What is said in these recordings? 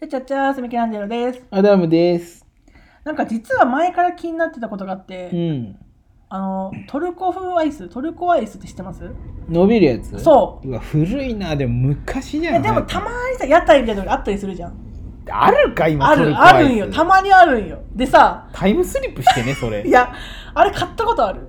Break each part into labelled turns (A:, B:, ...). A: ちゃちゃちゃー、すみきランジェロです。
B: アダムです。
A: なんか実は前から気になってたことがあって、
B: うん。
A: あの、トルコ風アイス、トルコアイスって知ってます
B: 伸びるやつ。
A: そう
B: うわ、古いな。でも昔じ
A: い
B: ゃ
A: や
B: ん。
A: でもたまにさ、屋台みたいなのがあったりするじゃん。
B: あるか今
A: あ
B: トル
A: る、
B: コアイ
A: あ
B: ス
A: るんよ。たまにあるんよ。でさ、
B: タイムスリップしてね、そ れ。
A: いや、あれ買ったことある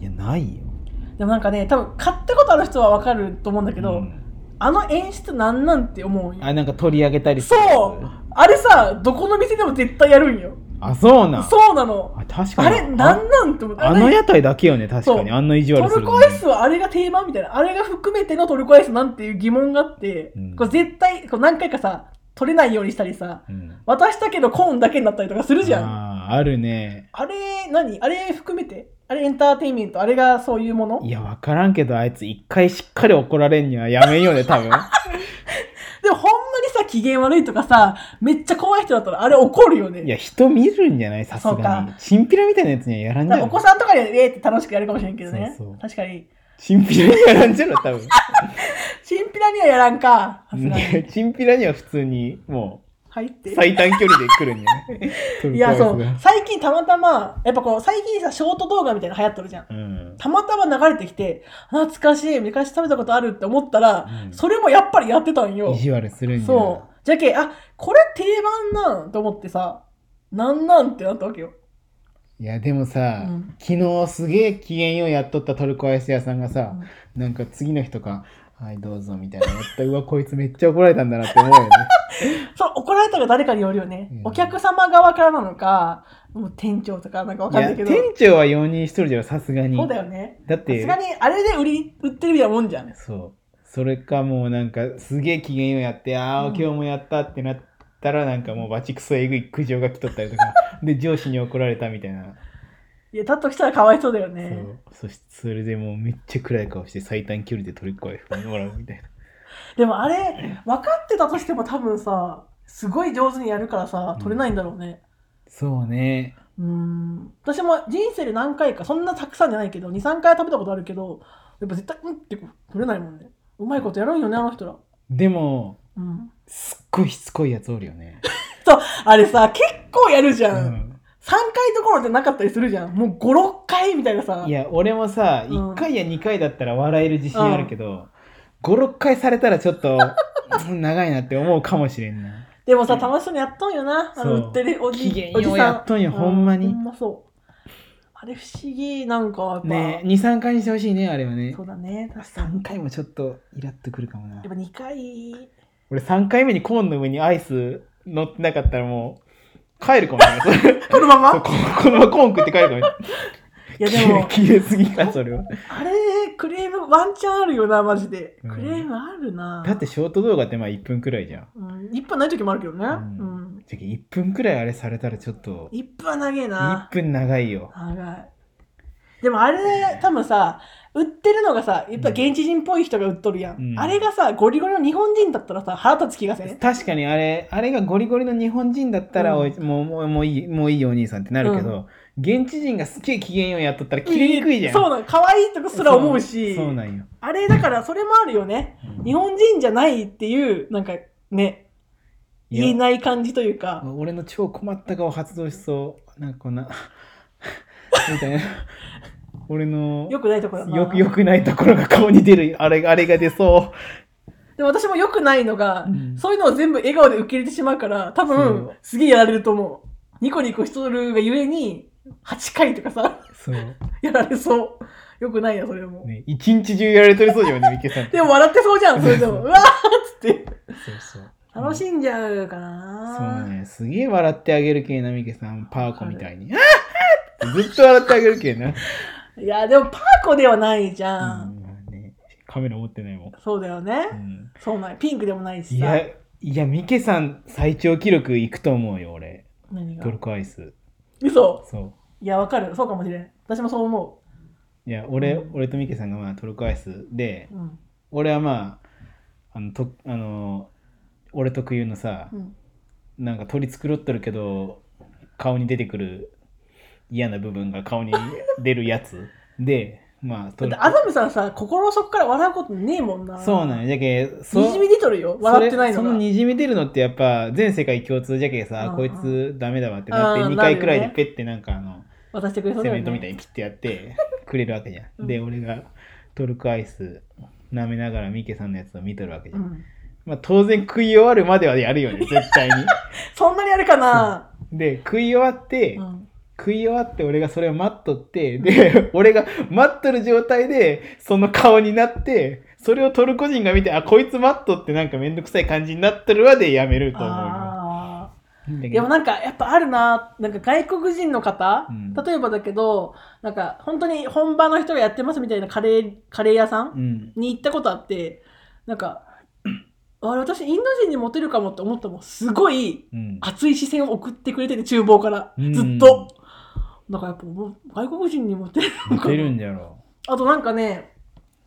B: いや、ないよ。
A: でもなんかね、多分買ったことある人はわかると思うんだけど、
B: うん
A: あの演出なんなんて思うんよ。
B: あ、なんか取り上げたりす
A: そ
B: るやつ
A: うあれさ、どこの店でも絶対やるんよ。
B: あ、そうなん。
A: そうなの。
B: あ、確か
A: あ
B: に。
A: れ、なんなんて思って。
B: ああの屋台だけよね、確かに。
A: そう
B: あんな意地悪す
A: ト
B: る
A: ル
B: の
A: コアイスはあれが定番みたいなあれが含めてのトルコアイスなんていう疑問があって、
B: うん
A: これ絶対こう何回かさ取れないようにしたりさ
B: うん。
A: 渡したけどコーンだけになったりとかするじゃんあ
B: あーあるね。
A: れ何あれ含めてあれエンターテインメントあれがそういうもの
B: いや、わからんけど、あいつ一回しっかり怒られんにはやめんよね、多分。
A: でもほんまにさ機嫌悪いとかさめっちゃ怖い人だったらあれ怒るよね
B: いや、人見るんじゃないさす
A: そう
B: が
A: か
B: に。チンピラみたいなやつにはやらんじ
A: だ
B: ゃ
A: か
B: ん
A: らお子さんとかにはえーって楽しくやるかもしれんけどね
B: そうそう
A: 確かに
B: チンピラにやらんじゃろ、多分。
A: チンピラにはやらんかさすが
B: いや
A: に
B: チンピラには普通に、も
A: 入っ
B: う、
A: て
B: 最短距離で来るんや ね。
A: いやそ
B: トルコアイ
A: う
B: ス
A: 最近たまたまやっぱこう最近さショート動画みたいなの流行っとるじゃん
B: が。うん。
A: たまたま流れてきて懐かしい昔食べたことあるって思ったら、
B: うん
A: それもやっぱりやってたんよ
B: 意地悪するんや。
A: そうじゃけあこれ定番なんと思ってさなんなんってなったわけよ
B: いや、でもさ、
A: うん
B: 昨日すげえ機嫌ようやっとったトルコアイス屋さんがさ、なんか次の日とか、はい、どうぞみたいなやった。うわ、こいつめっちゃ怒られたんだなって思うよね。
A: それ怒られたら誰かによるよね、
B: うん
A: お客様側からなのかもう店長とかなん かわ
B: い
A: かんな
B: や、
A: いけ
B: 店
A: ど
B: 長は容認しとるじゃん、さすがに。
A: そうだよね
B: だっ
A: さ
B: て
A: すが、にあれで売り売ってるみたいなもんじゃん
B: そう。それかもうなんか、すげえ機嫌ようやって、ああ、
A: うん
B: 今日もやったってなったら、なんかもうバチクソえぐい苦情が来とったりとか、 で、上司に怒られたみたいな。
A: いやだとしたらかわいそうだよね
B: そうそしてそれでもうめっちゃ暗い顔して最短距離で取り越えもらうみたいな
A: でもあれ分かってたとしても多分さすごい上手にやるからさ取れないんだろうね、
B: そうね
A: うーん私も人生で何回かそんなたくさんじゃないけど23回は食べたことあるけどやっぱ絶対うんって取れないもんねうまいことやるんよねあの人ら、
B: でも
A: うん、
B: すっごいしつこいやつおるよね、
A: あれさ結構やるじ
B: う
A: ゃん、
B: ん、
A: 3回どころじゃなかったりするじゃんもう56回みたいなさ
B: いや俺もさ
A: うん
B: 1回や2回だったら笑える自信あるけど、56回されたらちょっ とうん長いなって思うかもしれんな
A: でもさ楽しそうにやっとんよなあの
B: そう
A: 売ってるおじ
B: 機嫌よ
A: お
B: う
A: じさん
B: やっとんよほんまに
A: うほんまそうあれ不思議なんかやっぱ、
B: ね23回にしてほしいねあれはね
A: そうだね確かに
B: 3回もちょっとイラっとくるかもな
A: やっぱ2回
B: 俺3回目にコーンの上にアイス乗ってなかったらもう帰るかもしれない
A: このまま
B: そうここのままコーン食って帰るかもしれない
A: いやで も
B: 切れ切れすぎかそれは
A: あれクレームワンチャンあるよなマジで、
B: うん
A: クレームあるな
B: だってショート動画ってまあ1分くらいじゃん
A: うん、1分ない時もあるけどね、う
B: うん
A: ん
B: じゃ1分くらいあれされたらちょっと
A: 一1分は長え
B: 1
A: な
B: 分長いよ
A: 長いでもあれ多分さ売ってるのがさやっぱ現地人っぽい人が売っとるやん、
B: うん
A: あれがさゴリゴリの日本人だったらさ腹立つ気がせん
B: 確かにあれあれがゴリゴリの日本人だったら、
A: うん
B: おいもうもうもういいもういいお兄さんってなるけど、現地人がすっげえ機嫌ようやっとったら切れにくいじゃん、
A: そうなの可愛いとこすら思うし
B: そうそうなんよ、
A: あれだからそれもあるよね日本人じゃないっていうなんかね
B: いや
A: 言えない感じというか
B: 俺の超困った顔発動しそうなんかこんな みたいな俺の
A: よくないところだな
B: よくよくないところが顔に出るあれあれが出そう
A: でも私も良くないのが、
B: うん
A: そういうのを全部笑顔で受け入れてしまうから、多分
B: そう、
A: すげえやられると思う。ニコニコしとるがゆえに、8回とかさ、
B: そう
A: やられそう。良くないな、それも。
B: ね、一日中やられとりそうじゃんね、ミケさんって。
A: でも笑ってそうじゃん、それでも。 うわーっつって。
B: そうそう。
A: 楽しんじゃうか
B: そうな
A: な、
B: んやすげえ笑ってあげる系な、ミケさん。パーコみたいに。あーってずっと笑ってあげる系な。
A: いや、でもパーコではないじゃん。
B: うんねカメラ持ってないもん。
A: そうだよね。
B: うん
A: そうなんやピンクでもないし
B: い
A: さ
B: や。、いや、ミケさん最長記録いくと思うよ、俺。
A: 何が
B: トルコアイス。
A: 嘘。
B: そ
A: いや、わかる。そうかもしれん。私もそう思
B: う。いや、俺、
A: うん
B: 俺とミケさんがまあトルコアイスで
A: う。、うん。
B: 俺はまあ、あの、とあの俺特有のさ、
A: うん、
B: なんか取り繕ってるけど 顔に出てくる嫌な部分が顔に出るやつでまあ、
A: だ
B: ト
A: っ
B: ル
A: て
B: コ
A: 安住さんさ心の底から笑うことねえもんな
B: そ
A: の
B: うなんよじゃけそ
A: にじみ出とるよ
B: そ
A: 笑
B: れ
A: ってないの
B: そ
A: が
B: のにじみ出るのってやっぱ全世界共通じゃけさ、
A: うん
B: こいつダメだわってなって
A: うん
B: 2回くらい
A: なる
B: で
A: よね
B: ペッてなんかあの
A: 渡してくれそう
B: セ
A: だよね
B: メントみたいに切ってやってくれるわけじゃん、
A: うん
B: で俺がトルクアイス舐めながらミケさんのやつを見とるわけじ
A: う
B: ゃん、
A: ん、
B: まあ当然食い終わるまではやるよね絶対に
A: そんなにあるかな、
B: で食い終わって、
A: うん、
B: 食い終わって俺がそれを待っとってで俺が待っとる状態でその顔になってそれをトルコ人が見てあこいつ待っとってなんかめんどくさい感じになっとるわでやめると思うよ
A: ああ
B: だけど
A: でもなんかやっぱあるななんか外国人の方、
B: うん
A: 例えばだけどなんか本当に本場の人がやってますみたいなカレーカレー屋さん
B: うん
A: に行ったことあってなんかあれ私インド人にモテるかもって思ったもんすごい
B: うん
A: 熱い視線を送ってくれてる厨房から
B: うん
A: ずっと、だからやっぱもう外国人にモテるの
B: 似
A: か
B: てる
A: なん
B: じゃろ
A: あとなんかね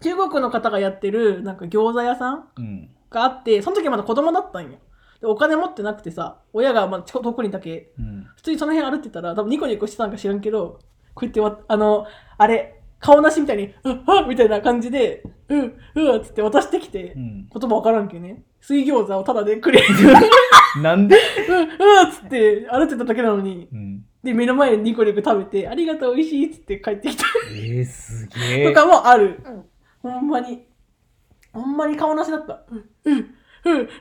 A: 中国の方がやってるなんか餃子屋さん
B: ううん
A: があってその時まだ子供だったんよでお金持ってなくてさ親がまあちょどこにだけ
B: うん
A: 普通にその辺歩いてたら多分ニコニコしてたんか知らんけどこうやってわあのあれ顔なしみたいに「うっはっ」みたいな感じで「うんうん」っつって渡してきて、
B: うん
A: 言葉わからんけね水餃子をタダでくれて「
B: なんで、
A: うんうん」っつって歩いてただけなのに
B: うん、
A: で目の前でニコニコ食べて「ありがとう美味しい」っつって帰ってきた
B: えー、すげ
A: と
B: え
A: かもある、ほんまにほんまに顔なしだった「うんうん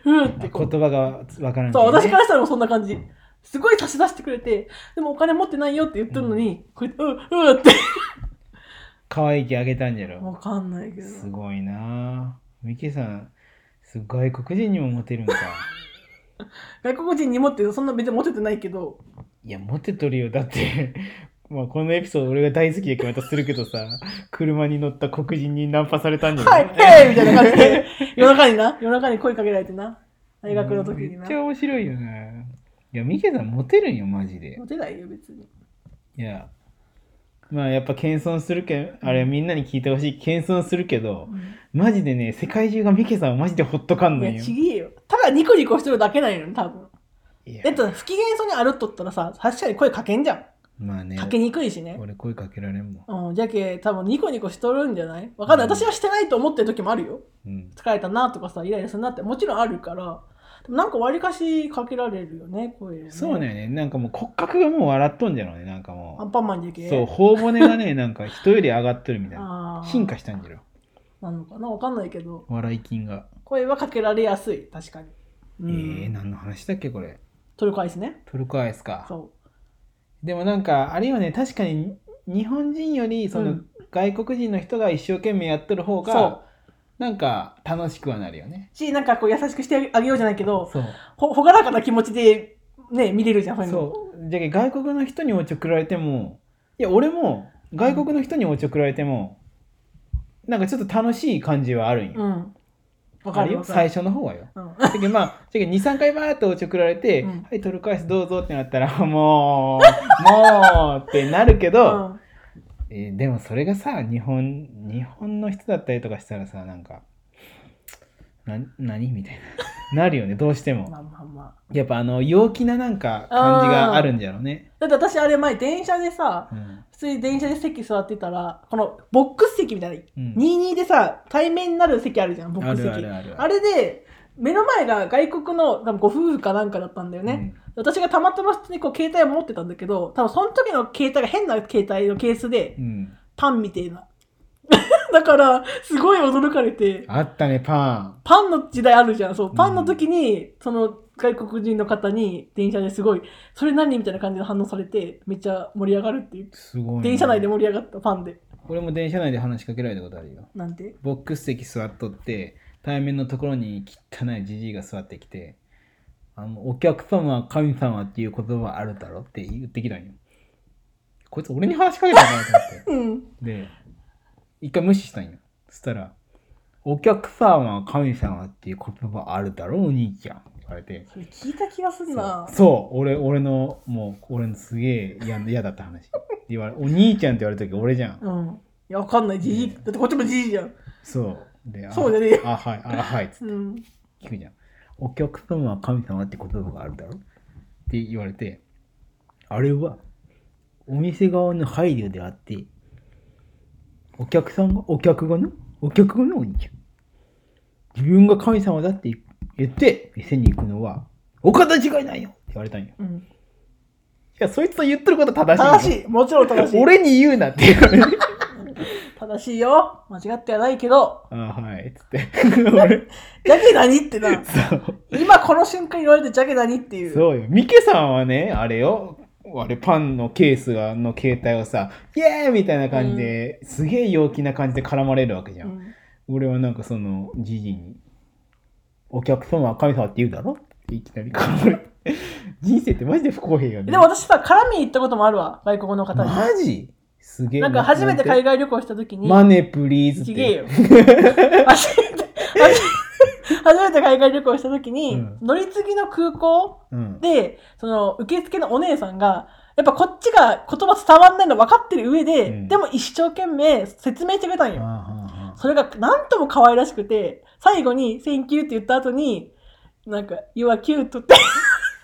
A: うんうん」って
B: 言
A: こう
B: 葉がわからん
A: そう、私かららしたらもうそんな感じ。すごい差し出してくれて、でもお金持ってないよって言ってるのに、こうやって、うん、うんって。
B: 可愛い気あげたんじゃろ
A: わかんないけど。
B: すごいなぁミケさんす外国人にもモテるんか
A: 外国人にもって、そんな別にモテてないけど、
B: いやモテとるよだって まあこのエピソード俺が大好きでまたするけどさ車に乗った黒人にナンパされたんじゃ
A: は、
B: な
A: ペ
B: い
A: ーみたいな感じで、夜中にな、夜中に声かけられてな、大学の時に
B: め
A: な
B: っち。ゃ面白いよねいやミケさんモテるんよマジで
A: モテないよ、別に。
B: いやまあやっぱ謙遜するけんあれみんなに聞いてほしい謙遜するけどマジでね世界中がミケさんをマジでほっとかん
A: い
B: のよ
A: や、ちげえよ。ただニコニコしてるだけなんよね、多分。
B: いや
A: えっと、不機嫌そうに歩っとったらさ、確かに声かけんじゃん。
B: まあね
A: かけにくいしね。
B: 俺声かけられんもん
A: うん、じゃけ、多分ニコニコしとるんじゃないわかんない。
B: うん
A: 私はしてないと思ってる時もあるよ。
B: うん
A: 疲れたなとかさイライラするなってもちろんあるからでもなんかわりかしかけられるよね声をね
B: そうだよねなんかもう骨格がもう笑っとんじゃろうねなんかもう
A: アンパンマンじゃけ
B: そう、頬骨がね、 なんか人より上がってるみたいな。
A: あー
B: 進化したんじゃろ。
A: なのかなわかんないけど
B: 笑い筋が。
A: 声はかけられやすい確かに、う
B: え
A: ん
B: ー、何の話だっけ、これ。
A: トルコアイスね
B: トルコアイスか。
A: そ
B: でもなんか、あれよね、確かに日本人より、そうの
A: ん
B: 外国人の人が一生懸命やってる方
A: そう
B: が、なんか楽しくはなるよね。
A: うしなんかこう優しくしてあげようじゃないけど
B: そう。
A: ほほがらかな気持ちでね見れるじゃんそういうの
B: そう。じゃけ外国の人におちょくられても、いや、俺も外国の人におちょくられても、なんかちょっと楽しい感じはあるんよ。
A: うんわ
B: あ
A: か
B: る
A: る
B: よ。
A: わか
B: 最
A: る
B: 初の方はよ。
A: うん
B: だけどまあ、じゃけ23回バーっとおちょくられて、
A: うん
B: はいトルコアイスどうぞってなったらもうもうってなるけど、
A: うん
B: えーでもそれがさ日本日本の人だったりとかしたらさなんかな何みたいななるよねどうしても
A: まあまあまあ
B: やっぱあの陽気ななんか感じがあるんじゃろうね、
A: だって私あれ前電車でさ
B: うん
A: 普通に電車で席座ってたらこのボックス席みたいな
B: うん
A: 22でさ対面になる席あるじゃんボッ
B: あ
A: クス席
B: る
A: あ
B: あるある
A: れで目の前が外国の多分ご夫婦かなんかだったんだよね、、私がたまたま普通にこう携帯を持ってたんだけど多分その時の携帯が変な携帯のケースで
B: うんうん
A: パンみたいな だからすごい驚かれて
B: あったねパ
A: パンの時代あるじゃんそうパンの時に、その外国人の方に電車ですごい「それ何?」みたいな感じで反応されてめっちゃ盛り上がるっていう
B: ンすごいね、
A: 電車内で盛り上がったパンで
B: 俺も電車内で話しかけられたことあるよ
A: なんて
B: ボックス席座っとって対面のところに汚いじじいが座ってきてあの「お客様は神様」っていう言葉あるだろって言ってきたんよこいつ俺に話しかけたのかなと思っ
A: うん
B: てで一回無視したんよそしたら「お客様は神様」っていう言葉あるだろお兄ちゃんって言われて
A: それ聞いた気がすんな
B: そう俺俺のもう俺のすげえ嫌嫌だった話って言われお兄ちゃんって言われた時俺じゃん
A: うん。いや、わかんない。じじい。だってこっちもじじいじゃん。
B: そうであ
A: そうじゃねえよ
B: あはいあはいっつって
A: うん。
B: 聞くじゃん。お客様は神様って言葉があるだろって言われて、あれはお店側の配慮であって、お客さんが、お客がね、お客がね、お兄ちゃん。自分が神様だって言って、店に行くのは、お方違いないよって言われたんよ。い
A: うん、
B: や、そいつの言ってること正しいよ。
A: 正しいもちろん 正しい
B: 俺に言うなって言われる。
A: 正しいよ間違ってはないけど
B: あはい。つ って。俺、
A: ジャケ何って な
B: そう。
A: 今この瞬間に言われてジャケ何っていう
B: そうよ。ミケさんはね、あれよ。あれ、パンのケースがの携帯をさ、イエーイみたいな感じで、すげえ陽気な感じで絡まれるわけじゃん。
A: ん
B: 俺はなんかその、じじに、お客様は神様って言うだろっていきなり絡まれ て。人生ってマジで不公平よね。
A: でも私さ絡みに行ったこともあるわ外国の方に
B: マジすげえ。
A: なんか初めて海外
B: 外
A: 旅行した時に
B: マネープリーズって。
A: ちげえ よ初めて初めて初めて海外旅行した時に、
B: うん
A: 乗り継ぎの空港
B: うん。
A: でその受付のお姉さんがやっぱこっちが言葉伝わんないの分かってる上で、
B: うん
A: でも一生懸命説明してくれたん
B: あ
A: よ、
B: あああ
A: それがなんとも可愛らしくて、最後に、センキューって言った後に、なんか、You are cute って、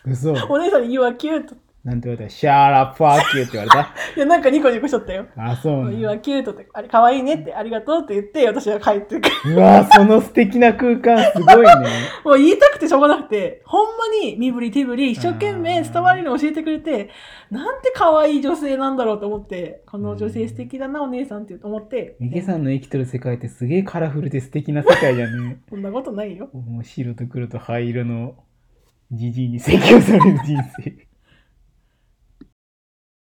B: 嘘。
A: お姉さんに You are cute っ
B: なんて言われたシャーラップアーキューって言われ
A: て、いや、なんかニコニコしとったよ。
B: た。あ、そうなんだ
A: You are cute って、あれ可愛いねって、ありがとうって言って、私は帰ってくる。
B: うわその素敵な空間すごいね。
A: もう言いたくてしょうがなくて、ほんまに身振り手振り、一生懸命伝わるのを教えてくれて、なんて可愛い女性なんだろうと思って、この女性素敵だな、お姉さんって思って、
B: ミケさんの生きとる世界ってすげえカラフルで素敵な世界だね。
A: こんなことないよ。
B: もう白と黒と灰色のジジイに説教される人生。